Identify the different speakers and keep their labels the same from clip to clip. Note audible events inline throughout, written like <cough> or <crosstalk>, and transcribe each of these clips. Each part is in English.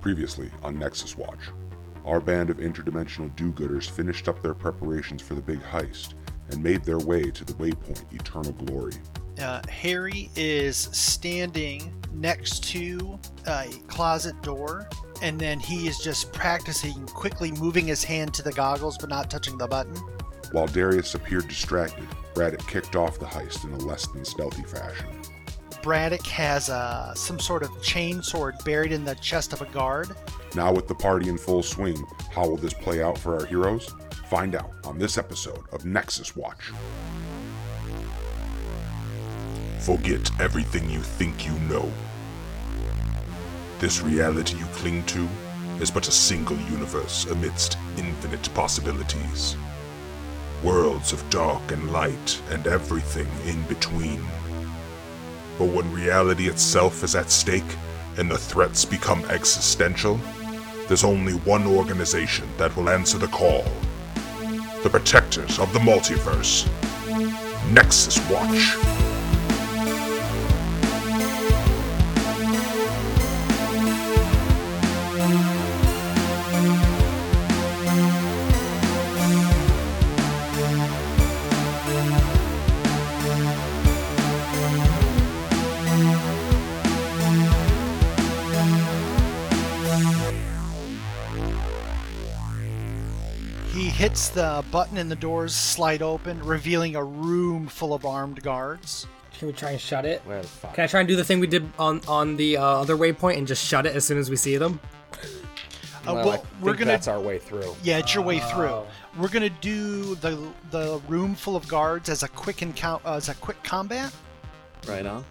Speaker 1: previously on Nexus Watch. Our band of interdimensional do gooders finished up their preparations for the big heist and made their way to the waypoint Eternal Glory.
Speaker 2: Uh, Harry is standing next to a closet door, and then he is just practicing quickly moving his hand to the goggles but not touching the button.
Speaker 1: While Darius appeared distracted, Braddock kicked off the heist in a less than stealthy fashion.
Speaker 2: Braddock has uh, some sort of chain sword buried in the chest of a guard.
Speaker 1: Now, with the party in full swing, how will this play out for our heroes? Find out on this episode of Nexus Watch.
Speaker 3: Forget everything you think you know. This reality you cling to is but a single universe amidst infinite possibilities. Worlds of dark and light and everything in between. But when reality itself is at stake and the threats become existential, there's only one organization that will answer the call the protectors of the multiverse. Nexus Watch.
Speaker 2: He hits the button and the doors slide open, revealing a room full of armed guards.
Speaker 4: Can we try and shut it?
Speaker 5: Where the fuck?
Speaker 4: Can I try and do the thing we did on on the uh, other waypoint and just shut it as soon as we see them?
Speaker 2: Uh,
Speaker 5: Well, I
Speaker 2: well, we're
Speaker 5: think
Speaker 2: gonna
Speaker 5: That's our way through.
Speaker 2: yeah, it's your way through. We're gonna do the the room full of guards as a quick encou- as a quick combat.
Speaker 5: Right on.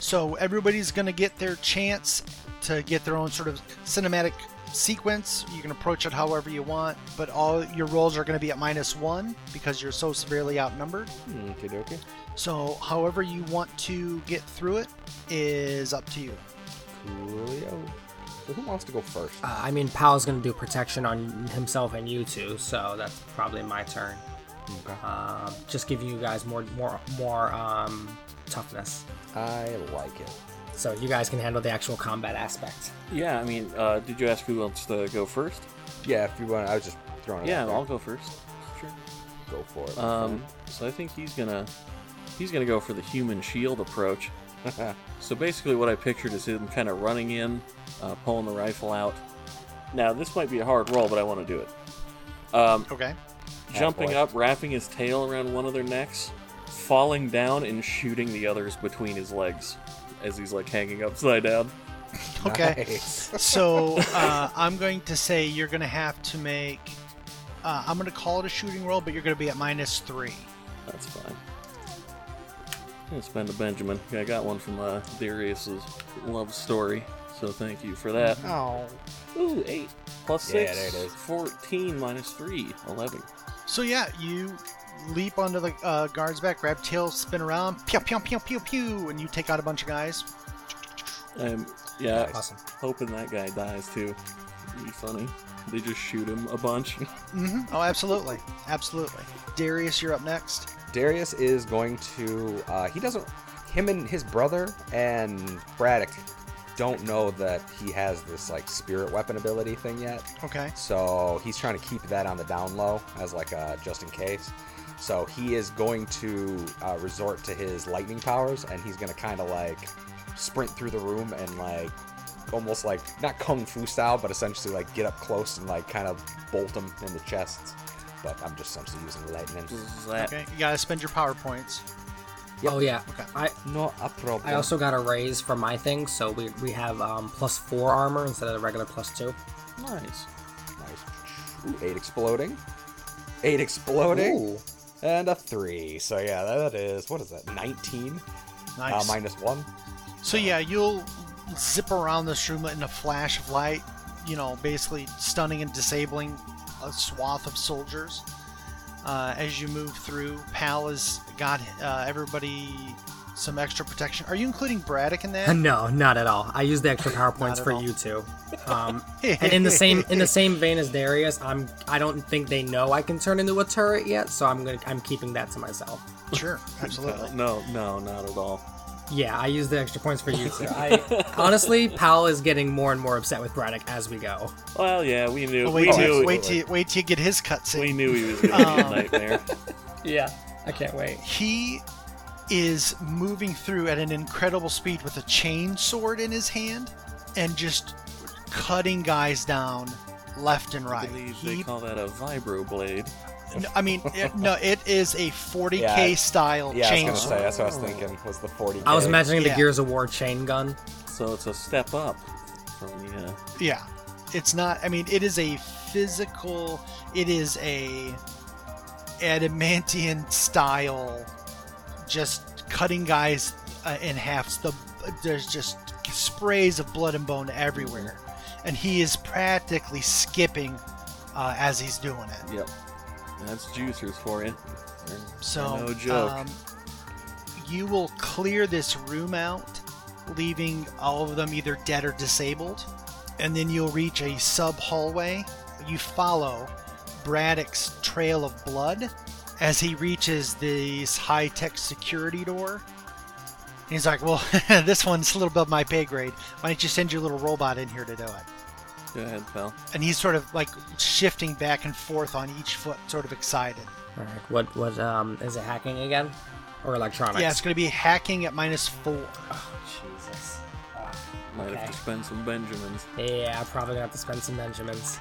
Speaker 2: So everybody's going to get their chance to get their own sort of cinematic sequence. You can approach it however you want, but all your rolls are going to be at minus one because you're so severely outnumbered.
Speaker 5: Okie dokie.
Speaker 2: So, however you want to get through it is up to you.
Speaker 5: Coolio. So who wants to go first?
Speaker 4: Uh, I mean, Pal's gonna do protection on himself and you two, so that's probably my turn.
Speaker 5: Okay.
Speaker 4: Um, just give you guys more more more um, toughness,
Speaker 5: I like it.
Speaker 4: so you guys can handle the actual combat aspect.
Speaker 6: Yeah, I mean, uh, did you ask who wants to go first?
Speaker 5: Yeah, if you want, I was just throwing it.
Speaker 6: Yeah,
Speaker 5: out there.
Speaker 6: I'll go first. Sure.
Speaker 5: go for it.
Speaker 6: Um, so I think he's gonna he's gonna go for the human shield <laughs> approach. so basically, what I pictured is him kind of running in, uh, pulling the rifle out. Now this might be a hard roll, but I want to do it. Um,
Speaker 2: Okay.
Speaker 6: jumping
Speaker 5: boy.
Speaker 6: up, wrapping his tail around one of their necks, falling down, and shooting the others between his legs as he's like hanging upside down.
Speaker 2: Okay.
Speaker 5: Nice.
Speaker 2: So, uh, I'm going to say you're going to have to make. Uh, I'm going to call it a shooting roll, but you're going to be at minus three.
Speaker 6: That's fine. I'm gonna spend a Benjamin. I got one from uh, Darius's love story, so thank you for that.
Speaker 4: Oh,
Speaker 2: Mm-hmm.
Speaker 6: Ooh, eight plus
Speaker 5: Yeah,
Speaker 6: six.
Speaker 5: there it is.
Speaker 6: Fourteen minus three. Eleven.
Speaker 2: So yeah, you leap onto the uh, guard's back, grab tail, spin around, pew pew pew pew pew, and you take out a bunch of guys.
Speaker 6: Um, yeah,
Speaker 4: awesome.
Speaker 6: hoping that guy dies too. It'd be funny. They just shoot him a bunch. <laughs>
Speaker 2: hmm Oh, absolutely, absolutely. Darius, you're up next.
Speaker 5: Darius is going to. Uh, he doesn't. Him and his brother and Braddock don't know that he has this like spirit weapon ability thing yet.
Speaker 2: Okay.
Speaker 5: So he's trying to keep that on the down low as like a just in case. So he is going to uh, resort to his lightning powers, and he's going to kind of like sprint through the room and like almost like not kung fu style, but essentially like get up close and like kind of bolt him in the chest. But I'm just essentially using lightning.
Speaker 6: Zap.
Speaker 2: Okay. You gotta spend your power points.
Speaker 4: Oh yeah.
Speaker 2: Okay.
Speaker 4: I
Speaker 5: No a problem.
Speaker 4: I also got a raise for my thing, so we we have um, plus four armor instead of the regular plus two.
Speaker 6: Nice.
Speaker 5: nice. Ooh, eight exploding, eight exploding,
Speaker 4: Ooh.
Speaker 5: and a three. So yeah, that is what is that? Nineteen
Speaker 2: Nice.
Speaker 5: uh, minus one.
Speaker 2: so yeah, you'll zip around this room in a flash of light. You know, basically stunning and disabling a swath of soldiers. Uh, as you move through, Pal has got uh, everybody some extra protection. Are you including Braddock in that?
Speaker 4: <laughs> No, not at all. I use the extra power
Speaker 2: Not
Speaker 4: points
Speaker 2: at
Speaker 4: for
Speaker 2: all.
Speaker 4: you two. Um, <laughs> and in the same in the same vein as Darius, I'm I don't think they know I can turn into a turret yet, so I'm gonna I'm keeping that to myself.
Speaker 2: Sure, absolutely.
Speaker 6: No, no, not at all.
Speaker 4: Yeah, I used the extra points for you. Sir. <laughs> I honestly, Powell is getting more and more upset with Braddock as we go.
Speaker 6: Well, yeah, we knew.
Speaker 2: Oh,
Speaker 6: we
Speaker 2: wait,
Speaker 6: knew.
Speaker 2: till, wait, till, wait till you get his cutscene.
Speaker 6: we knew he was going to be a
Speaker 2: Um,
Speaker 6: nightmare.
Speaker 4: Yeah, I can't wait.
Speaker 2: He is moving through at an incredible speed with a chain sword in his hand and just cutting guys down left and
Speaker 6: I
Speaker 2: right.
Speaker 6: believe they
Speaker 2: He,
Speaker 6: call that a vibro blade.
Speaker 2: no, I mean, it, no, it is a 40k
Speaker 5: Yeah.
Speaker 2: style
Speaker 5: Yeah, I was
Speaker 2: chain
Speaker 5: gonna say
Speaker 2: sword.
Speaker 5: that's what I was thinking. Was the forty?
Speaker 4: I was imagining
Speaker 2: Yeah.
Speaker 4: the Gears of War chain gun.
Speaker 6: So it's a step up from the. Uh,
Speaker 2: Yeah. It's not, I mean, it is a physical, it is a adamantian style, just cutting guys uh, in halves. The There's just sprays of blood and bone everywhere. And he is practically skipping uh, as he's doing it.
Speaker 6: yep. That's juicers for you. They're- they're
Speaker 2: So,
Speaker 6: no joke.
Speaker 2: Um, you will clear this room out, leaving all of them either dead or disabled, and then you'll reach a sub hallway. You follow Braddock's trail of blood as he reaches this high tech security door. He's like, Well, <laughs> this one's a little above my pay grade. Why don't you send your little robot in here to do it?
Speaker 6: Go ahead, pal.
Speaker 2: And he's sort of like shifting back and forth on each foot, sort of excited.
Speaker 4: All right, what what um is it hacking again, or electronics?
Speaker 2: Yeah, it's going to be hacking at minus four.
Speaker 4: Jesus.
Speaker 6: Might
Speaker 4: Okay.
Speaker 6: have to spend some Benjamins.
Speaker 4: Yeah, I'm probably gonna have to spend some Benjamins.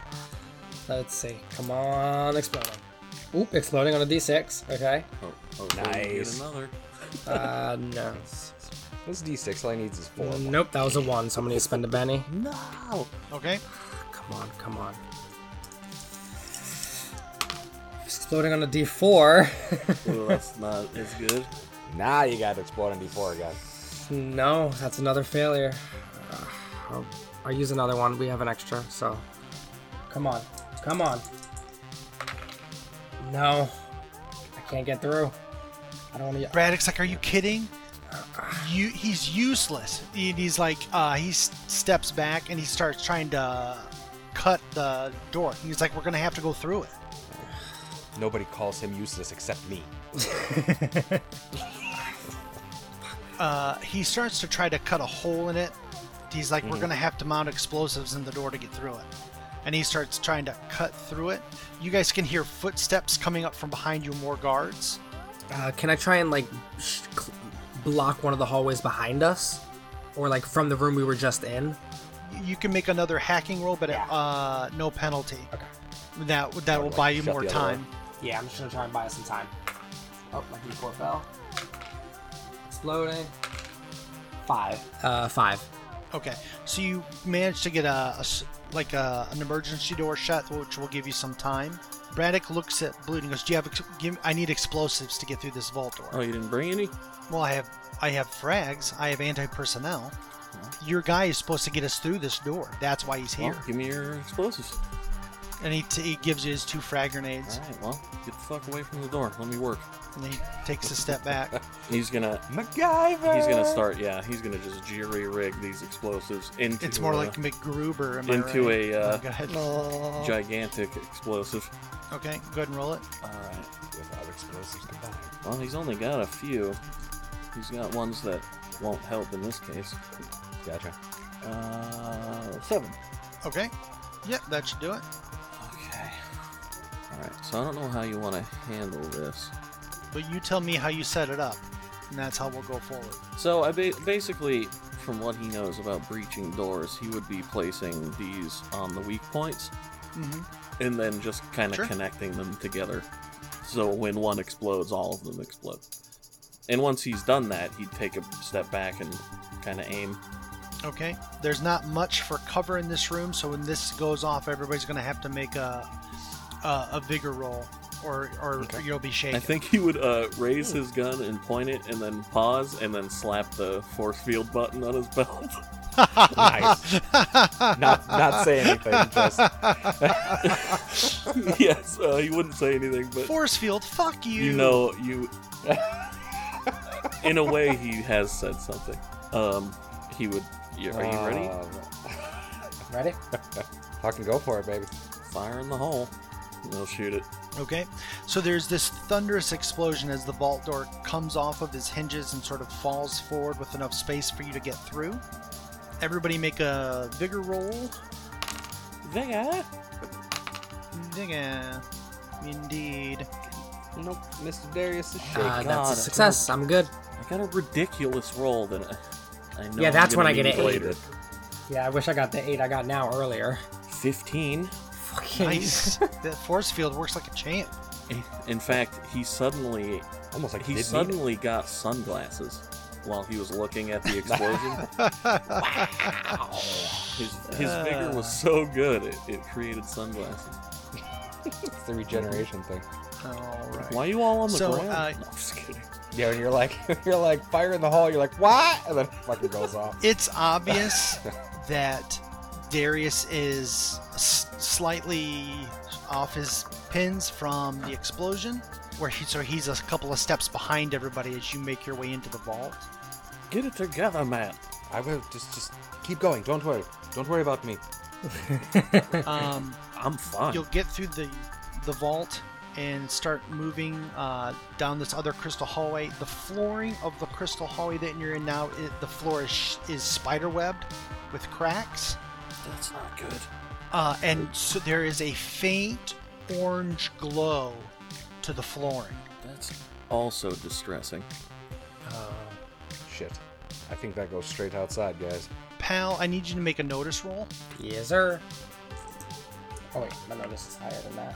Speaker 4: Let's see. Come on, exploding. Oop, exploding on a D6. Okay.
Speaker 6: Oh, hopefully we can
Speaker 5: Nice.
Speaker 6: Get another.
Speaker 4: Uh, no.
Speaker 5: This D six all he needs is four.
Speaker 4: Nope, that was a one. So I'm gonna spend a Benny.
Speaker 6: No.
Speaker 2: Okay.
Speaker 4: Come on, come on. Exploding on a D4.
Speaker 6: Well, that's not as good.
Speaker 5: Now you got to explode on D four again.
Speaker 4: <laughs> no, that's another failure. Uh, I'll, I'll use another one. We have an extra, so. Come on, come on. No, I can't get through. I don't want to.
Speaker 2: Braddock's like, "Are you kidding? You, he's useless." And he's like, uh, he s- steps back and he starts trying to cut the door. He's like, "We're gonna have to go through it."
Speaker 5: Nobody calls him useless except me.
Speaker 2: Uh, he starts to try to cut a hole in it. He's like,
Speaker 5: Mm-hmm.
Speaker 2: "We're gonna have to mount explosives in the door to get through it." And he starts trying to cut through it. You guys can hear footsteps coming up from behind you, more guards.
Speaker 4: Uh, can I try and like sh- cl- block one of the hallways behind us, or like from the room we were just in?
Speaker 2: You can make another hacking roll, but it, uh, no penalty.
Speaker 4: Okay.
Speaker 2: That that will
Speaker 5: like,
Speaker 2: buy you
Speaker 5: shut
Speaker 2: more
Speaker 5: the other one.
Speaker 2: time.
Speaker 4: Yeah, I'm just gonna try and buy us some time. Oh, my D4 fell. Exploding. Five. Uh, five.
Speaker 2: Okay, so you managed to get a, a s- like a, an emergency door shut, which will give you some time. Braddock looks at Blue and goes, "Do you have? Ex- give, I need explosives to get through this vault door.
Speaker 6: Oh, you didn't bring any?
Speaker 2: Well, I have, I have frags. I have anti-personnel. Your guy is supposed to get us through this door. That's why he's here.
Speaker 6: Oh. Well, give me your explosives.
Speaker 2: And he, t- he gives you his two frag
Speaker 6: All
Speaker 2: grenades,
Speaker 6: right. Well, get the fuck away from the door. Let me work.
Speaker 2: and he takes a step
Speaker 6: <laughs>
Speaker 2: back.
Speaker 6: He's gonna.
Speaker 5: MacGyver.
Speaker 6: He's gonna start. Yeah. He's gonna just jerry rig these explosives into.
Speaker 2: It's more
Speaker 6: uh,
Speaker 2: like McGruber. Am I
Speaker 6: into
Speaker 2: right?
Speaker 6: a, uh,
Speaker 2: Oh, go ahead.
Speaker 6: gigantic explosive.
Speaker 2: Okay, go ahead and roll it.
Speaker 6: All right.
Speaker 5: Without explosives combined.
Speaker 6: Well, he's only got a few. He's got ones that won't help in this case.
Speaker 4: <laughs>
Speaker 5: Gotcha.
Speaker 6: Uh, seven.
Speaker 2: Okay. Yep, that should do it.
Speaker 6: Okay. All right. So I don't know how you want to handle this.
Speaker 2: But you tell me how you set it up, and that's how we'll go forward.
Speaker 6: So I ba- basically, from what he knows about breaching doors, he would be placing these on the weak points, and then just kind of
Speaker 2: Sure.
Speaker 6: connecting them together. So when one explodes, all of them explode. And once he's done that, he'd take a step back and kind of aim.
Speaker 2: Okay. There's not much for cover in this room, so when this goes off, everybody's gonna have to make a a, a vigor roll, or or you'll be shaken.
Speaker 6: I think he would uh, raise his gun and point it, and then pause, and then slap the force field button on his belt. <laughs>
Speaker 5: Nice. not not say anything.
Speaker 4: <laughs>
Speaker 5: Just
Speaker 6: yes, uh, he wouldn't say anything, but
Speaker 2: <laughs> force field. Fuck you.
Speaker 6: you know you in a way he has said something um he would uh, you, are you ready
Speaker 5: Um,
Speaker 4: Ready?
Speaker 5: <laughs> fucking go for it, baby.
Speaker 6: fire in the hole and they'll shoot it
Speaker 2: Okay, so there's this thunderous explosion as the vault door comes off of its hinges and sort of falls forward with enough space for you to get through. Everybody make a vigor roll.
Speaker 6: Vigor.
Speaker 2: Vigor. Indeed.
Speaker 5: Nope, Mr. Darius is shaking.
Speaker 4: Uh,
Speaker 6: God,
Speaker 4: that's a
Speaker 6: it's
Speaker 4: success. I'm good.
Speaker 6: I got a ridiculous roll that I, I know.
Speaker 4: Yeah,
Speaker 6: I'm
Speaker 4: that's
Speaker 6: gonna
Speaker 4: when I get
Speaker 6: need
Speaker 4: an eight.
Speaker 6: later.
Speaker 4: Yeah, I wish I got the eight I got now earlier.
Speaker 6: Fifteen.
Speaker 4: Fucking
Speaker 2: Nice. that force field works like a champ.
Speaker 6: In fact, he suddenly
Speaker 5: Almost like
Speaker 6: he
Speaker 5: didn't need it.
Speaker 6: suddenly got sunglasses while he was looking at the explosion. <laughs>
Speaker 4: Oh.
Speaker 6: His his vigor
Speaker 4: Uh.
Speaker 6: was so good it, it created sunglasses.
Speaker 5: <laughs> It's the regeneration thing.
Speaker 2: All right.
Speaker 6: Why are you all on the
Speaker 2: So,
Speaker 6: ground?
Speaker 2: uh,
Speaker 6: No, I'm just kidding.
Speaker 5: Yeah, when you're like <laughs> you're like fire in the hall, you're like what? And then fucking goes off.
Speaker 2: It's obvious that Darius is s- slightly off his pins from the explosion, where he so he's a couple of steps behind everybody as you make your way into the vault.
Speaker 6: Get it together, man.
Speaker 5: I will just just keep going. Don't worry. Don't worry about me.
Speaker 2: Um,
Speaker 6: I'm fine.
Speaker 2: you'll get through the the vault and start moving uh, down this other crystal hallway. The flooring of the crystal hallway that you're in now, i the floor is, sh- is spider webbed with cracks.
Speaker 6: That's not good.
Speaker 2: Uh, and so there is a faint orange glow to the flooring.
Speaker 6: That's also distressing.
Speaker 5: Shit. I think that goes straight outside, guys.
Speaker 2: Pal, I need you to make a notice roll.
Speaker 4: Yes, sir. Oh wait, my notice is higher than that.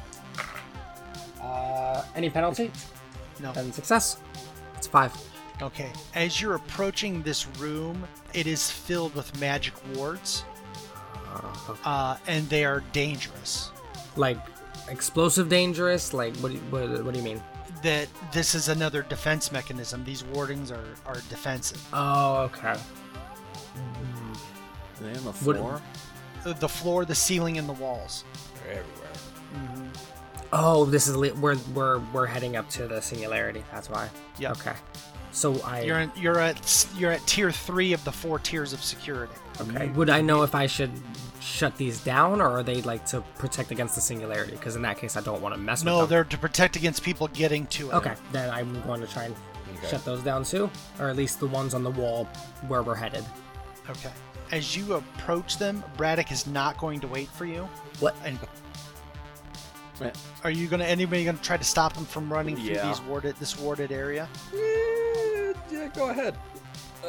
Speaker 4: Uh, any penalty?
Speaker 2: No.
Speaker 4: Then success. It's five.
Speaker 2: Okay. As you're approaching this room, it is filled with magic wards, uh, and they are dangerous.
Speaker 4: Like explosive, dangerous. Like what? Do you, what, what do you mean?
Speaker 2: That this is another defense mechanism. These wardings are, are defensive.
Speaker 4: Oh, okay.
Speaker 6: Are they on the
Speaker 4: What-
Speaker 6: floor?
Speaker 2: The- Uh, The floor, the ceiling, and the walls.
Speaker 5: They're everywhere.
Speaker 4: Oh, this is li- we're we're we're heading up to the singularity. That's why.
Speaker 2: Yep.
Speaker 4: Okay. So I
Speaker 2: You're in, you're at s- you're at tier three of the four tiers of security.
Speaker 4: okay. Would I know if I should shut these down, or are they like to protect against the singularity? Because in that case, I don't want to mess
Speaker 2: No,
Speaker 4: with them.
Speaker 2: they're to protect against people getting to it.
Speaker 4: Okay, then I'm going to try and
Speaker 5: Okay.
Speaker 4: shut those down too, or at least the ones on the wall where we're headed.
Speaker 2: Okay. As you approach them, Braddock is not going to wait for you.
Speaker 4: What?
Speaker 2: And
Speaker 6: Eh,
Speaker 2: are you gonna anybody gonna try to stop him from running
Speaker 6: Yeah.
Speaker 2: through these warded this warded area?
Speaker 5: Yeah, yeah, go ahead.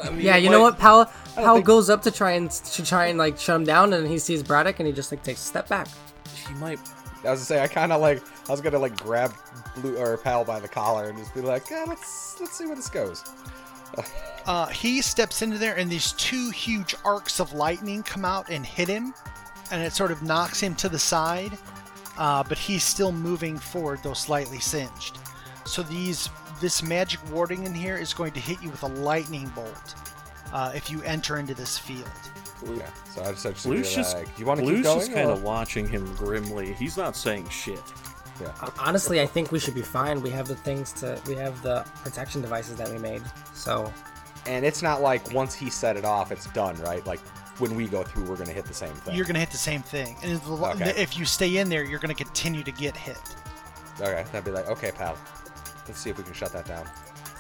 Speaker 5: I mean,
Speaker 4: Yeah, you know what? Powell Powell
Speaker 5: think-
Speaker 4: goes up to try and to try and like shut him down, and he sees Braddock, and he just like takes a step back.
Speaker 6: He might.
Speaker 5: I was gonna say I kind of like I was gonna like grab Blue or Pal by the collar and just be like, yeah, let's let's see where this goes.
Speaker 2: Uh, he steps into there, and these two huge arcs of lightning come out and hit him, and it sort of knocks him to the side. Uh, but he's still moving forward, though slightly singed. So these this magic warding in here is going to hit you with a lightning bolt uh, if you enter into this field.
Speaker 5: Yeah. So I just I just be
Speaker 6: Blue's just,
Speaker 5: like, do you want to keep
Speaker 6: Blue's
Speaker 5: going?
Speaker 6: just kind
Speaker 5: or-
Speaker 6: of watching him grimly. He's not saying shit.
Speaker 5: Yeah.
Speaker 4: Hon- Honestly, I think we should be fine. We have the things to we have the protection devices that we made. So
Speaker 5: And it's not like once he set it off, it's done, right? Like when we go through, we're gonna hit the same thing.
Speaker 2: You're going to hit the same thing, and if,
Speaker 5: Okay.
Speaker 2: if you stay in there, you're going to continue to get hit.
Speaker 5: Okay, that'd be like, okay, pal, let's see if we can shut that down.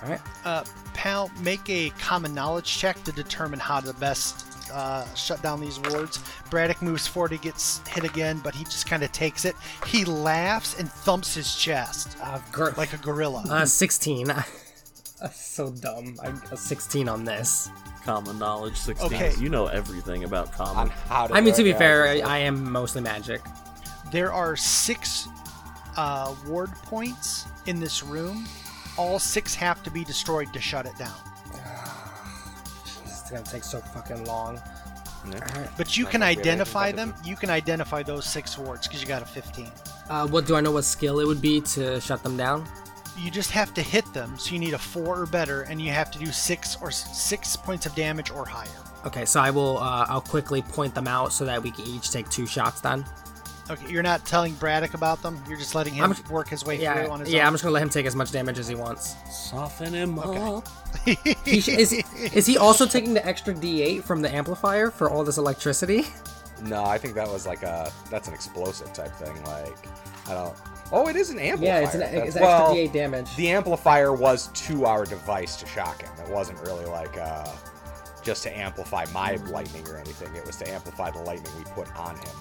Speaker 4: all right,
Speaker 2: Uh, pal, make a common knowledge check to determine how to best uh, shut down these wards. Braddock moves forward, he gets hit again, but he just kind of takes it. He laughs and thumps his chest
Speaker 4: uh, gr-
Speaker 2: like a gorilla.
Speaker 4: uh, sixteen. <laughs> That's so dumb. I a sixteen on this.
Speaker 6: Common knowledge 16.
Speaker 2: Okay.
Speaker 6: You know everything about
Speaker 5: On
Speaker 6: common.
Speaker 5: how to.
Speaker 4: I mean, to be
Speaker 5: yeah,
Speaker 4: fair, I,
Speaker 5: it's like-
Speaker 4: I am mostly magic.
Speaker 2: There are six uh, ward points in this room. All six have to be destroyed to shut it down.
Speaker 4: This is gonna take so fucking long. All right.
Speaker 2: But you
Speaker 5: Not
Speaker 2: can
Speaker 5: like we have anything
Speaker 2: identify
Speaker 5: better
Speaker 2: them. You can identify those six wards because you got a 15.
Speaker 4: Uh, what do I know? What skill it would be to shut them down?
Speaker 2: you just have to hit them so you need a four or better and you have to do six or s- six points of damage or higher
Speaker 4: Okay, so I will. Uh, I'll quickly point them out so that we can each take two shots. Then.
Speaker 2: okay you're not telling braddock about them you're just letting him
Speaker 4: I'm-
Speaker 2: work his way through on
Speaker 4: Yeah.
Speaker 2: his
Speaker 4: Yeah. I'm
Speaker 2: own
Speaker 4: just gonna let him take as much damage as he wants.
Speaker 6: Soften him up.
Speaker 4: He sh- is, is he also taking the extra D8 from the amplifier for all this electricity?
Speaker 5: No, I think that was like a that's an explosive type thing. Like I don't. Oh, it is an amplifier.
Speaker 4: Yeah, it's an
Speaker 5: That's-
Speaker 4: it's extra
Speaker 5: well,
Speaker 4: D8 damage.
Speaker 5: the amplifier was to our device to shock him. It wasn't really like uh, just to amplify my
Speaker 4: Hmm.
Speaker 5: lightning or anything. It was to amplify the lightning we put on him.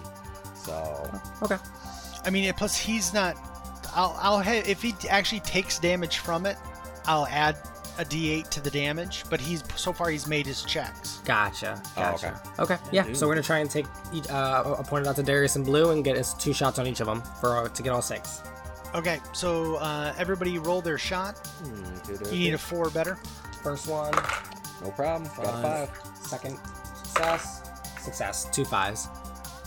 Speaker 5: So
Speaker 4: okay.
Speaker 2: I mean, plus he's not. I'll I'll ha- if he actually takes damage from it, I'll add a d8 to the damage. But he's so far he's made his checks.
Speaker 4: Gotcha.
Speaker 5: Oh,
Speaker 4: Gotcha. okay. Yeah.
Speaker 6: dude.
Speaker 4: So we're gonna try and take each, uh, I pointed out to Darius and Blue and get us two shots on each of them for uh, to get all six.
Speaker 2: Okay, so uh, everybody roll their shot. You need a four better.
Speaker 4: First one,
Speaker 5: no problem. Got a
Speaker 6: Five.
Speaker 5: five.
Speaker 4: second success, success, two fives.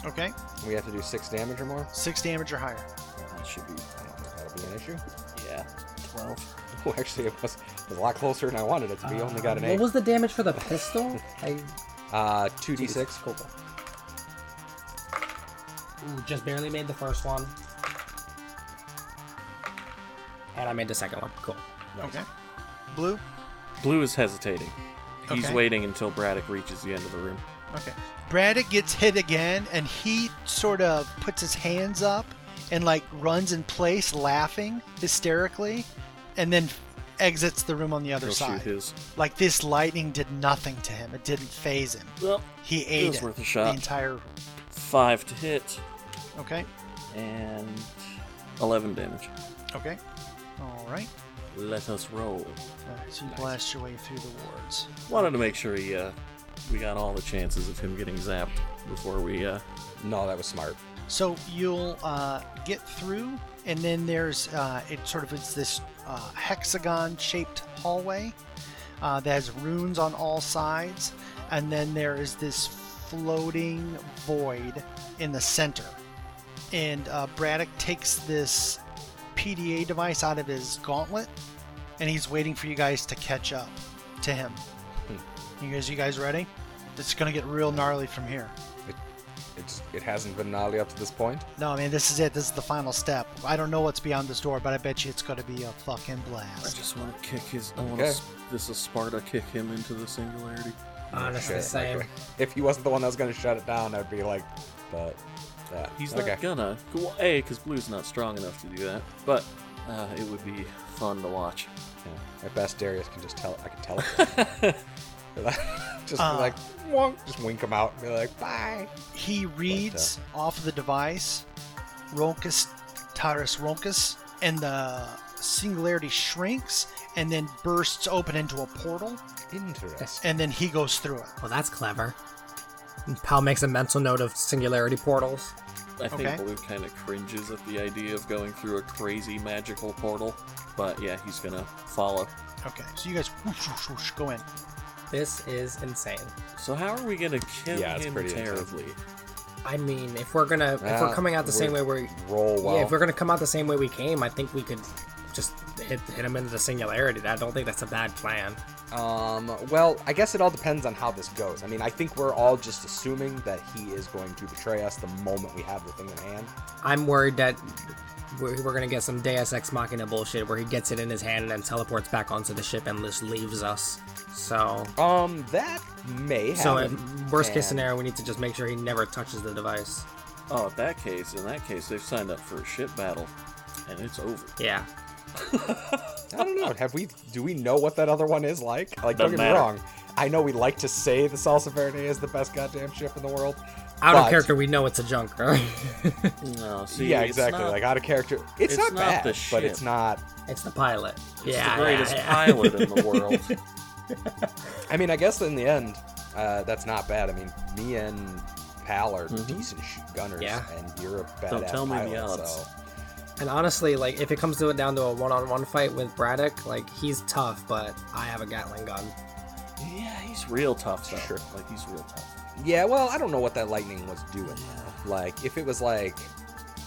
Speaker 2: Okay,
Speaker 5: We have to do six damage or more.
Speaker 2: six damage or higher.
Speaker 6: That should be,
Speaker 5: I don't know if that'll be an <laughs> issue.
Speaker 6: yeah, 12.
Speaker 5: Oh, actually, it was, it was a lot closer than I wanted it to be. Only got an
Speaker 4: What
Speaker 5: eight.
Speaker 4: was the damage for the pistol? I
Speaker 5: Uh, two d six.
Speaker 4: Cool. Ooh, just barely made the first one, and I made the second one. Cool.
Speaker 5: Oh,
Speaker 2: Okay, blue.
Speaker 6: Blue is hesitating. He's
Speaker 2: Okay.
Speaker 6: waiting until Braddock reaches the end of the room.
Speaker 2: Okay. Braddock gets hit again, and he sort of puts his hands up and like runs in place, laughing hysterically, and then exits the room on the other
Speaker 6: He'll
Speaker 2: side.
Speaker 6: shoot his.
Speaker 2: Like this lightning did nothing to him; it didn't phase him.
Speaker 6: Well,
Speaker 2: He
Speaker 6: it
Speaker 2: ate
Speaker 6: was
Speaker 2: it,
Speaker 6: worth a
Speaker 2: the
Speaker 6: shot.
Speaker 2: entire.
Speaker 6: Five to hit
Speaker 2: Okay.
Speaker 6: and 11 damage.
Speaker 2: Okay. All right.
Speaker 6: Let us roll.
Speaker 2: All right, so you blast your way through the wards.
Speaker 6: Wanted to make sure he, uh, we got all the chances of him getting zapped before we. Uh,
Speaker 5: No, that was smart.
Speaker 2: So you'll uh, get through, and then there's uh, it sort of is this uh, hexagon-shaped hallway uh, that has runes on all sides, and then there is this floating void in the center. And uh, Braddock takes this PDA device out of his gauntlet, and he's waiting for you guys to catch up to him. You guys, you guys ready? It's gonna get real gnarly from here.
Speaker 5: It's it hasn't been gnarly up to this point.
Speaker 2: No, I mean, this is it. This is the final step. I don't know what's beyond this door, but I bet you it's going to be a fucking
Speaker 6: I
Speaker 2: blast.
Speaker 6: just want to kick his. I want
Speaker 5: Okay.
Speaker 6: to. This is Sparta kick him into the singularity.
Speaker 4: Honestly,
Speaker 5: Shit, like,
Speaker 4: same.
Speaker 5: <laughs> if he wasn't the one that was going to shut it down, I'd be like, but yeah,
Speaker 6: He's
Speaker 5: okay.
Speaker 6: not gonna. Well, A, because Blue's not strong enough to do that, but uh, it would be fun to watch.
Speaker 5: Yeah. At best, Darius can just tell. I can tell.
Speaker 4: <laughs>
Speaker 5: him. <laughs> just
Speaker 4: Ah.
Speaker 2: Uh.
Speaker 5: be like, wonk, just wink him out and be like, bye.
Speaker 2: He reads off of the device Roncus Tyrus Roncus, and the singularity shrinks and then bursts open into a portal,
Speaker 5: Interesting.
Speaker 2: and then he goes through it.
Speaker 4: Well, that's clever. And Pal makes a mental note of singularity portals.
Speaker 6: I think
Speaker 2: Okay.
Speaker 6: Blue kind of cringes at the idea of going through a crazy magical portal, but yeah, he's gonna follow.
Speaker 2: Okay, so you guys whoosh, whoosh, whoosh, go in.
Speaker 4: This is insane.
Speaker 6: So how are we gonna kill
Speaker 5: Yeah, it's
Speaker 6: him
Speaker 5: pretty intense.
Speaker 6: terribly?
Speaker 4: I mean, if we're gonna, if we're
Speaker 5: Uh,
Speaker 4: coming out the same way we're,
Speaker 5: roll well.
Speaker 4: yeah, if we're gonna come out the same way we came, I think we could just hit hit him into the singularity. I don't think that's a bad plan.
Speaker 5: Um, well, I guess it all depends on how this goes. I mean, I think we're all just assuming that he is going to betray us the moment we have the thing in hand.
Speaker 4: I'm worried that we're, we're gonna get some Deus Ex Machina bullshit where he gets it in his hand and then teleports back onto the ship and just leaves us. So,
Speaker 5: Um, that may
Speaker 4: so
Speaker 5: happen.
Speaker 4: in worst case
Speaker 5: and-
Speaker 4: scenario, we need to just make sure he never touches the device.
Speaker 6: Oh, in that case, in that case, they've signed up for a ship battle, and it's over.
Speaker 4: Yeah.
Speaker 5: I don't know. Have we? Do we know what that other one is like? Like,
Speaker 6: Doesn't
Speaker 5: don't get me
Speaker 6: matter.
Speaker 5: wrong. I know we like to say the Salsa Verde is the best goddamn ship in the world.
Speaker 4: Out of
Speaker 5: but-
Speaker 4: character, we know it's a junker. <laughs>
Speaker 6: No, see,
Speaker 5: yeah,
Speaker 6: it's
Speaker 5: exactly.
Speaker 6: not-
Speaker 5: like out of character, it's,
Speaker 6: it's
Speaker 5: not,
Speaker 6: not
Speaker 5: bad,
Speaker 6: the
Speaker 5: but it's
Speaker 6: ship.
Speaker 5: not.
Speaker 4: it's the pilot.
Speaker 6: it's
Speaker 4: yeah,
Speaker 6: the greatest
Speaker 4: yeah, yeah.
Speaker 6: pilot in
Speaker 4: <laughs>
Speaker 6: the world.
Speaker 5: I mean, I guess in the end, uh, that's not bad. I mean, me and Pal are decent sh- gunners,
Speaker 4: Yeah.
Speaker 5: and you're a badass
Speaker 6: Mm-hmm. Don't tell me the
Speaker 5: pilot,
Speaker 6: odds.
Speaker 5: so-
Speaker 4: And honestly, like if it comes to it down to a one-on-one fight with Braddock, like he's tough, but I have a Gatling gun.
Speaker 6: yeah, he's real tough though.
Speaker 5: Sure.
Speaker 6: Like he's real tough.
Speaker 5: Yeah, well, I don't know what that lightning was doing though. Like, if it was like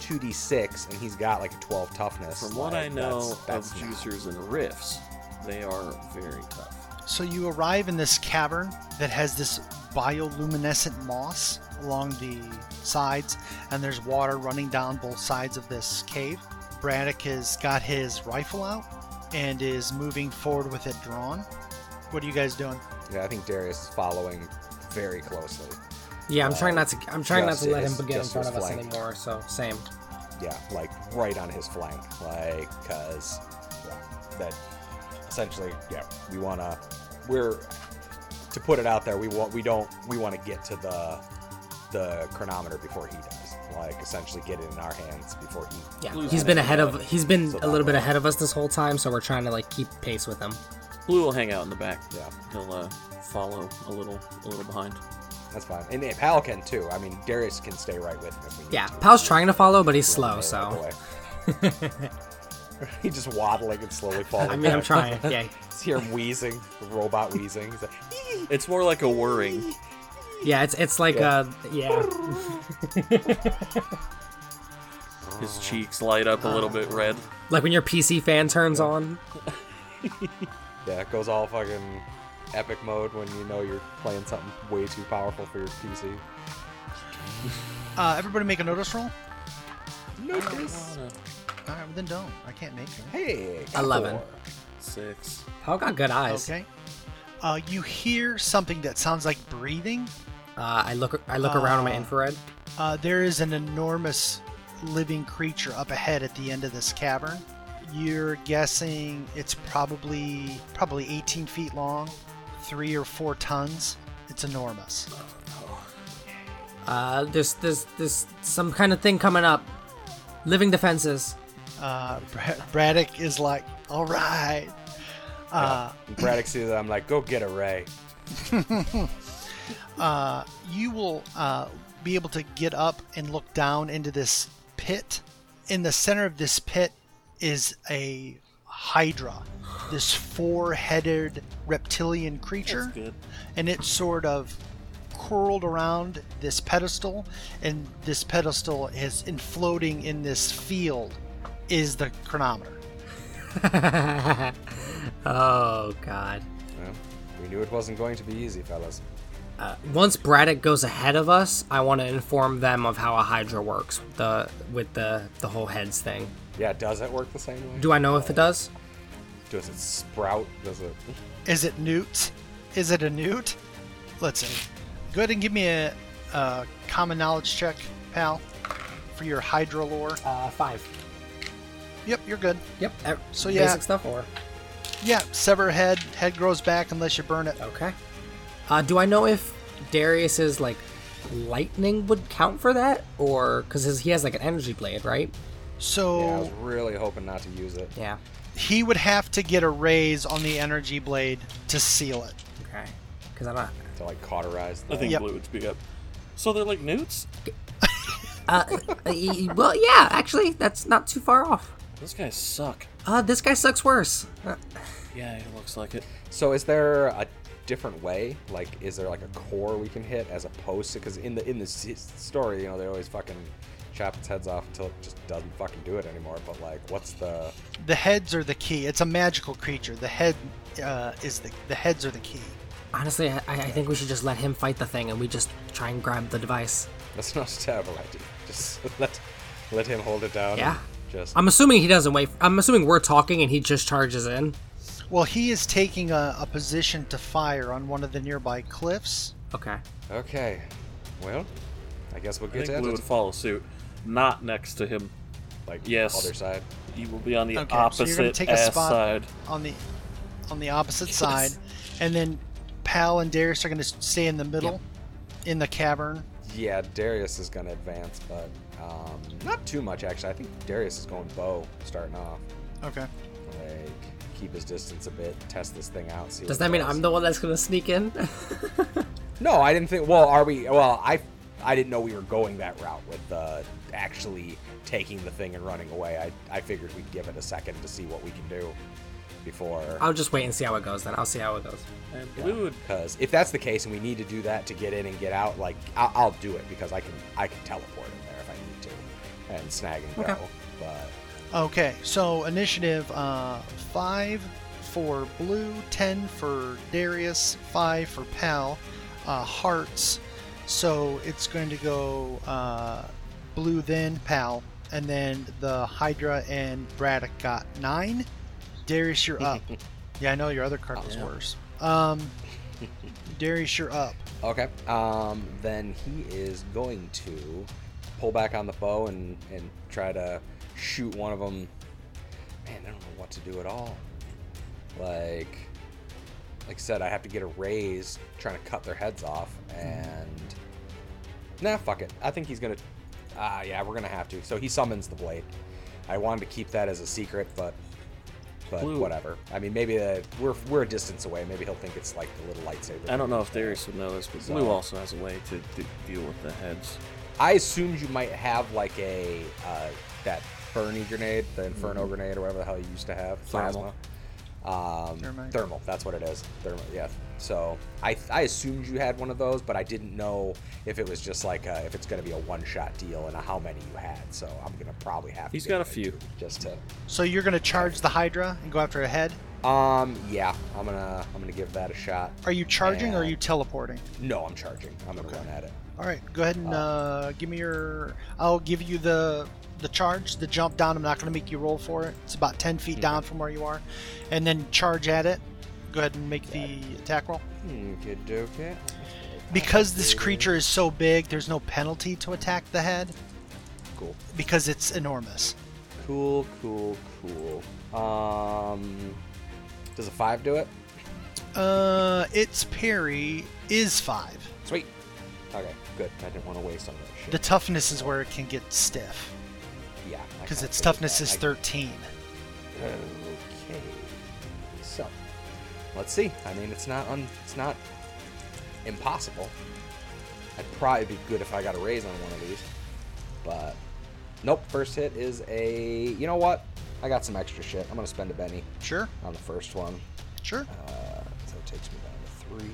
Speaker 5: 2d6 and he's got like a 12 toughness.
Speaker 6: From what
Speaker 5: like,
Speaker 6: I know
Speaker 5: that's,
Speaker 6: of
Speaker 5: that's not-
Speaker 6: juicers and riffs, they are very tough.
Speaker 2: So you arrive in this cavern that has this bioluminescent moss along the sides, and there's water running down both sides of this cave. Braddock has got his rifle out and is moving forward with it drawn. What are you guys doing?
Speaker 5: Yeah, I think Darius is following very closely.
Speaker 4: Yeah, I'm
Speaker 5: Uh,
Speaker 4: trying not to. I'm trying not to let him
Speaker 5: justice-
Speaker 4: get in front
Speaker 5: justice
Speaker 4: of us
Speaker 5: flank.
Speaker 4: anymore. So same.
Speaker 5: yeah, like right on his flank, like because that essentially, yeah, we want to we're to put it out there. We want we don't we want to get to the the chronometer before he does, like essentially get it in our hands before he.
Speaker 4: Yeah,
Speaker 6: Blue's
Speaker 4: he's
Speaker 6: not
Speaker 4: been ahead of he's been
Speaker 5: So
Speaker 4: a little
Speaker 5: that
Speaker 4: bit
Speaker 5: way-
Speaker 4: ahead of us this whole time, so we're trying to like keep pace with him.
Speaker 6: Blue will hang out in the back.
Speaker 5: Yeah,
Speaker 6: He'll uh, follow a little, a little behind.
Speaker 5: that's fine. And yeah, Pal can too. I mean, Darius can stay right with him. If we need
Speaker 4: Yeah,
Speaker 5: to.
Speaker 4: Pal's trying to follow, but he's
Speaker 5: He's
Speaker 4: slow,
Speaker 5: running
Speaker 4: so
Speaker 5: away.
Speaker 4: <laughs>
Speaker 5: <laughs> He's just waddling and slowly falling.
Speaker 4: I mean, I'm
Speaker 5: back.
Speaker 4: trying. Yeah,
Speaker 5: <laughs> hear him wheezing, the robot wheezing. He's like,
Speaker 6: It's more like a whirring.
Speaker 4: yeah, it's it's like
Speaker 5: Yeah.
Speaker 4: uh, yeah,
Speaker 6: His cheeks light up a little bit red.
Speaker 4: like when your PC fan turns on.
Speaker 5: yeah, it goes all fucking epic mode when you know you're playing something way too powerful for your PC.
Speaker 2: Uh, everybody make a notice roll.
Speaker 5: Notice.
Speaker 2: All right, well then don't. I can't make it.
Speaker 5: Hey,
Speaker 4: Eleven.
Speaker 5: four.
Speaker 6: Six.
Speaker 4: Pal got good eyes.
Speaker 2: Okay. Uh, you hear something that sounds like breathing.
Speaker 4: Uh, I look I look around on my
Speaker 2: Ah.
Speaker 4: infrared.
Speaker 2: Uh, there is an enormous living creature up ahead at the end of this cavern. You're guessing it's probably probably 18 feet long, three or four tons. It's enormous.
Speaker 4: Uh, there's there's there's some kind of thing coming up. Living defenses.
Speaker 2: Uh, Brad- Braddock is like, all right. Uh,
Speaker 5: Braddock sees that. I'm like, go get a ray.
Speaker 2: uh, you will uh, be able to get up and look down into this pit. In the center of this pit is a hydra, this four-headed reptilian creature,
Speaker 6: That's good.
Speaker 2: and it's sort of curled around this pedestal, and this pedestal is in floating in this field is the chronometer.
Speaker 4: oh God.
Speaker 5: Well, we knew it wasn't going to be easy, fellas.
Speaker 4: Uh, once Braddock goes ahead of us, I want to inform them of how a Hydra works. The with the the whole heads thing.
Speaker 5: Yeah, does it work the same way?
Speaker 4: Do I know if it does?
Speaker 5: Does it sprout? Does it?
Speaker 2: Is it newt? Is it a newt? Let's see. Go ahead and give me a, a common knowledge check, pal, for your Hydra lore.
Speaker 4: Uh, five.
Speaker 2: Yep, you're good.
Speaker 4: Yep. e-
Speaker 2: Uh, So, yeah.
Speaker 4: Basic stuff or
Speaker 2: Yeah, sever head. Head grows back unless you burn it.
Speaker 4: okay. Uh, do I know if Darius's like lightning would count for that or because he has like an energy blade, right?
Speaker 2: So
Speaker 5: Yeah, I was really hoping not to use it.
Speaker 4: Yeah.
Speaker 2: he would have to get a raise on the energy blade to seal it.
Speaker 4: Okay. Because I'm not.
Speaker 5: To like cauterize. The...
Speaker 6: I think
Speaker 2: Yep.
Speaker 6: Blue would speak up. So they're like newts.
Speaker 4: Uh, <laughs> e- e- well, yeah. Actually, that's not too far off.
Speaker 6: Those guys suck.
Speaker 4: Uh, this guy sucks worse. Uh,
Speaker 6: Yeah, it looks like it.
Speaker 5: So is there a different way? Like, is there like a core we can hit as opposed to? Because in the in the s- story, you know, they always fucking chop its heads off until it just doesn't fucking do it anymore. But like, what's the?
Speaker 2: The heads are the key. It's a magical creature. The head uh, is the the heads are the key.
Speaker 4: honestly, I, I think we should just let him fight the thing, and we just try and grab the device.
Speaker 5: <laughs> That's not a terrible idea. Just <laughs> let let him hold it down.
Speaker 4: Yeah.
Speaker 5: and Just
Speaker 4: I'm assuming he doesn't wait. I'm assuming we're talking and he just charges in.
Speaker 2: Well, he is taking a, a position to fire on one of the nearby cliffs.
Speaker 4: Okay.
Speaker 5: okay. Well, I guess we'll
Speaker 6: I
Speaker 5: get
Speaker 6: think
Speaker 5: to
Speaker 6: Blue
Speaker 5: it.
Speaker 6: would follow suit. Not next to him.
Speaker 5: Like,
Speaker 6: Yes.
Speaker 5: other side.
Speaker 6: He will be on the
Speaker 2: Okay, so you're gonna
Speaker 6: opposite
Speaker 2: take a
Speaker 6: ass
Speaker 2: spot-
Speaker 6: side.
Speaker 2: on the on the opposite side, and then Pal and Darius are going to stay in the middle, in the cavern.
Speaker 5: Yeah, Darius is gonna advance, but um, not too much actually. I think Darius is going bow starting off.
Speaker 2: Okay.
Speaker 5: Like, keep his distance a bit, test this thing out. See. what
Speaker 4: Does
Speaker 5: it
Speaker 4: that mean
Speaker 5: does.
Speaker 4: I'm the one that's gonna sneak in? <laughs>
Speaker 5: No, I didn't think. Well, are we? Well, I, I didn't know we were going that route with uh, actually taking the thing and running away. I, I figured we'd give it a second to see what we can do before.
Speaker 4: I'll just wait and see how it goes. Then I'll see how it goes.
Speaker 6: And Blue would
Speaker 5: Because if that's the case and we need to do that to get in and get out, like I'll, I'll do it because I can I can teleport in there if I need to and snag and
Speaker 4: Okay.
Speaker 5: go. But
Speaker 2: Okay. So initiative uh, five for Blue, ten for Darius, five for Pal, uh, hearts. So it's going to go uh, Blue then Pal, and then the Hydra and Braddock got nine. Darius, you're up. yeah, I know your other card was worse. Um, Darius, you're up.
Speaker 5: Okay. Um, then he is going to pull back on the bow and and try to shoot one of them. Man, I don't know what to do at all. Like, like I said, I have to get a raise trying to cut their heads off, and nah, fuck it. I think he's gonna. Ah, yeah, we're gonna have to. So he summons the blade. I wanted to keep that as a secret, but but
Speaker 6: Blue.
Speaker 5: whatever. I mean, maybe uh we're we're a distance away. Maybe he'll think it's like the little lightsaber.
Speaker 6: I don't know if
Speaker 5: thing.
Speaker 6: Darius would know this, but Blue also has a way to d- deal with the heads.
Speaker 5: I assumed you might have like a uh, that Bernie grenade, the Inferno grenade, or whatever the hell you used to have.
Speaker 6: Mm-hmm. Thermal.
Speaker 5: Plasma. Um,
Speaker 2: Thermite.
Speaker 5: Thermal. That's what it is. Thermal. Yeah. So I I assumed you had one of those, but I didn't know if it was just like uh if it's going to be a one shot deal and how many you had. So I'm gonna probably have.
Speaker 6: He's
Speaker 5: to get
Speaker 6: got a
Speaker 5: one or
Speaker 6: few.
Speaker 5: two Just to.
Speaker 2: So you're gonna charge the Hydra and go after a head?
Speaker 5: Um. Yeah. I'm gonna I'm gonna give that a shot.
Speaker 2: Are you charging or are
Speaker 5: And-
Speaker 2: you teleporting?
Speaker 5: No, I'm charging. I'm gonna run at it.
Speaker 2: All right, go ahead and uh, give me your. I'll give you the the charge, the jump down. I'm not going to make you roll for it. It's about ten feet down from where you are, and then charge at it. Go ahead and make the attack roll.
Speaker 5: Hmm, good doke.
Speaker 2: Because this creature is so big, there's no penalty to attack the head
Speaker 5: Cool.
Speaker 2: because it's enormous.
Speaker 5: Cool, cool, cool. Um, does a five do it?
Speaker 2: Uh, its parry is five.
Speaker 5: Sweet. Okay, good. I didn't want to waste on that shit.
Speaker 2: The toughness is where it can get stiff
Speaker 5: yeah, I
Speaker 2: because
Speaker 5: kinda
Speaker 2: its
Speaker 5: figured
Speaker 2: toughness
Speaker 5: that.
Speaker 2: is
Speaker 5: I-
Speaker 2: 13.
Speaker 5: Okay. So, let's see. I mean, it's not un, it's not impossible. I'd probably be good if I got a raise on one of these, but nope. First hit is a. You know what? I got some extra shit. I'm gonna spend a penny
Speaker 2: Sure,
Speaker 5: on the first one.
Speaker 2: sure.
Speaker 5: Uh, so it takes me down to three.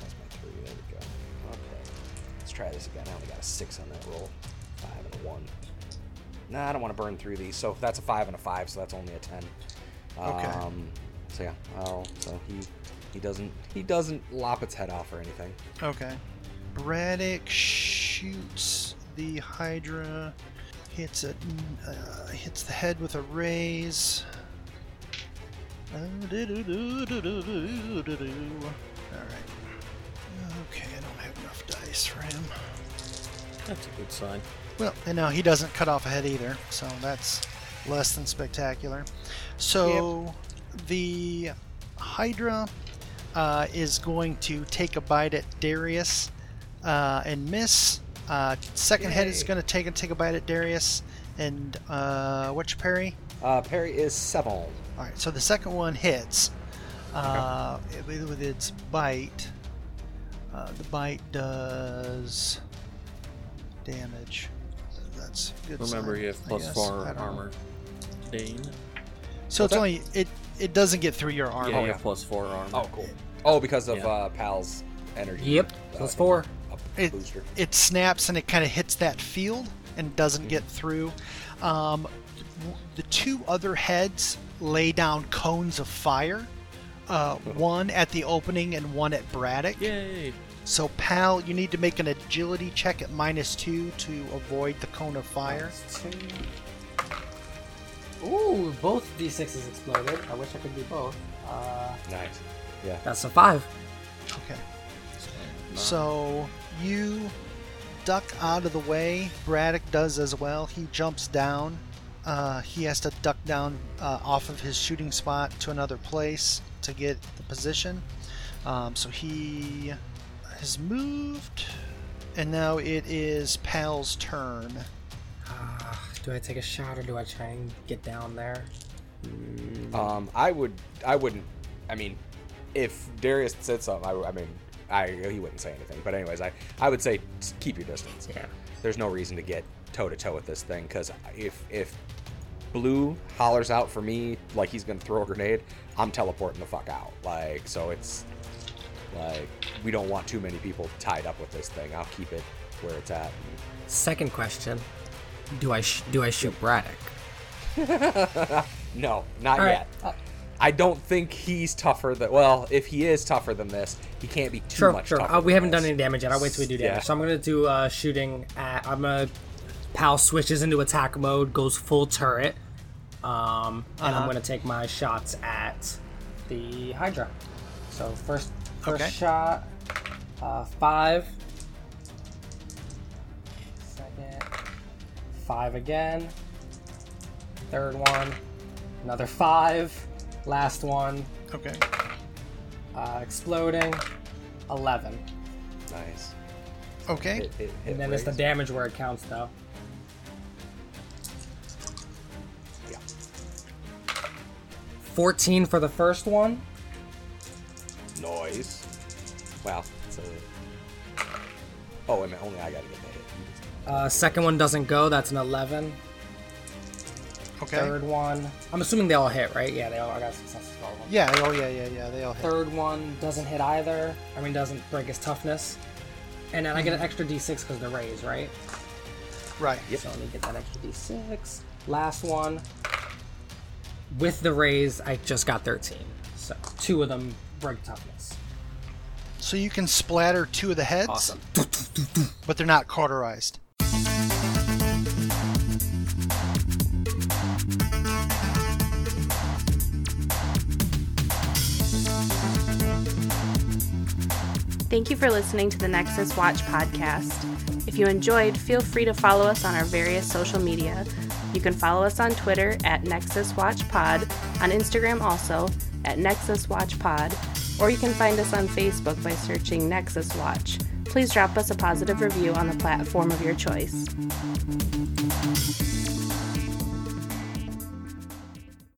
Speaker 5: That's my three. There we go. Okay. Let's try this again. I only got a six on that roll. Five and a one. Nah, I don't want to burn through these. So if that's a five and a five, so that's only a ten.
Speaker 2: Okay.
Speaker 5: Um, so yeah. Oh, so he he doesn't he doesn't lop its head off or anything.
Speaker 2: Okay. Braddock shoots the Hydra, hits it, uh, hits the head with a raise. All right. Okay, I don't have enough dice for him.
Speaker 6: That's a good sign.
Speaker 2: Well, and now he doesn't cut off a head either, so that's less than spectacular. So the Hydra uh, is going to take a bite at Darius uh, and miss. Uh, second head is
Speaker 5: Yay.
Speaker 2: going to take and take a bite at Darius. And uh, what's your parry?
Speaker 5: Uh, Perry is seven.
Speaker 2: All right, so the second one hits uh, with- with its bite. Uh, the bite does damage. That's a good.
Speaker 6: Remember,
Speaker 2: sign,
Speaker 6: you have
Speaker 2: I
Speaker 6: plus
Speaker 2: guess.
Speaker 6: four
Speaker 2: I don't know.
Speaker 6: armor. Dane.
Speaker 2: So
Speaker 5: What's
Speaker 2: it's
Speaker 5: that?
Speaker 2: only it. It doesn't get through your armor.
Speaker 6: Oh, Yeah, you have plus four armor.
Speaker 5: cool. Oh, because of
Speaker 6: Yeah.
Speaker 5: uh, Pal's energy.
Speaker 4: Yep,
Speaker 5: uh,
Speaker 4: plus four.
Speaker 5: up
Speaker 2: It-
Speaker 5: booster.
Speaker 2: Oh, it snaps and it kind of hits that field and doesn't get
Speaker 6: Mm-hmm.
Speaker 2: through. Um, w- the two other heads lay down cones of fire. Uh,
Speaker 6: Oh.
Speaker 2: one at the opening and one at Braddock.
Speaker 6: Yay!
Speaker 2: So, pal, you need to make an agility check at minus two to avoid the cone of fire.
Speaker 4: Ooh, both d6s exploded. I wish I could do both. Uh,
Speaker 5: Nice.
Speaker 4: that's a five.
Speaker 2: Okay. So you duck out of the way. Braddock does as well. He jumps down. Uh, he has to duck down uh, off of his shooting spot to another place to get the position. Um, so he has moved, and now it is Pal's turn.
Speaker 4: Ah, do I take a shot or do I try and get down there?
Speaker 5: Um, I would, I wouldn't. I mean, if Darius said something, I, I mean, I he wouldn't say anything. But anyways, I, I would say s- keep your distance.
Speaker 4: Yeah.
Speaker 5: There's no reason to get toe to toe with this thing because if if Blue hollers out for me like he's gonna throw a grenade, I'm teleporting the fuck out. Like so, it's like we don't want too many people tied up with this thing. I'll keep it where it's at.
Speaker 4: Second question: Do I sh- do I shoot Braddock?
Speaker 5: No, not
Speaker 4: All
Speaker 5: yet.
Speaker 4: right.
Speaker 5: I don't think he's tougher than. Well, if he is tougher than this, he can't be too
Speaker 4: Sure,
Speaker 5: much
Speaker 4: sure.
Speaker 5: tougher.
Speaker 4: Uh,
Speaker 5: than
Speaker 4: we haven't
Speaker 5: this.
Speaker 4: done any damage yet. I'll wait till we do damage.
Speaker 5: Yeah.
Speaker 4: So I'm gonna do uh, shooting. At, I'm gonna pal switches into attack mode, goes full turret, um, and I'm gonna take my shots at the Hydra. So first, first
Speaker 2: Okay.
Speaker 4: shot, uh, five. Second Five again. Third one. Another five. Last one.
Speaker 2: Okay.
Speaker 4: Uh, exploding. 11.
Speaker 5: Nice.
Speaker 2: Okay.
Speaker 5: Hit, hit, hit
Speaker 4: And then it's the
Speaker 5: raise.
Speaker 4: damage where it counts, though.
Speaker 5: Yeah.
Speaker 4: 14 for the first one.
Speaker 5: Noise. Wow. It's a... Oh, wait a minute. Only I got to get that hit.
Speaker 4: Uh, second one doesn't go. That's an 11.
Speaker 2: Okay.
Speaker 4: Third one. I'm assuming they all hit, right? Yeah, they all I got successes for all of them.
Speaker 2: Yeah. Oh yeah. Yeah. Yeah. They all hit.
Speaker 4: Third one doesn't hit either. I mean, doesn't break his toughness. And then I get an extra d6 because the raise, right?
Speaker 2: Right.
Speaker 4: So let me get that extra d6. Last one. With the raise, I just got 13. So two of them break toughness.
Speaker 2: So you can splatter two of the heads,
Speaker 4: Awesome.
Speaker 2: but they're not cauterized.
Speaker 7: Thank you for listening to the Nexus Watch podcast. If you enjoyed, feel free to follow us on our various social media. You can follow us on Twitter at Nexus Watch Pod, on Instagram also at Nexus Watch Pod, or you can find us on Facebook by searching Nexus Watch. Please drop us a positive review on the platform of your choice.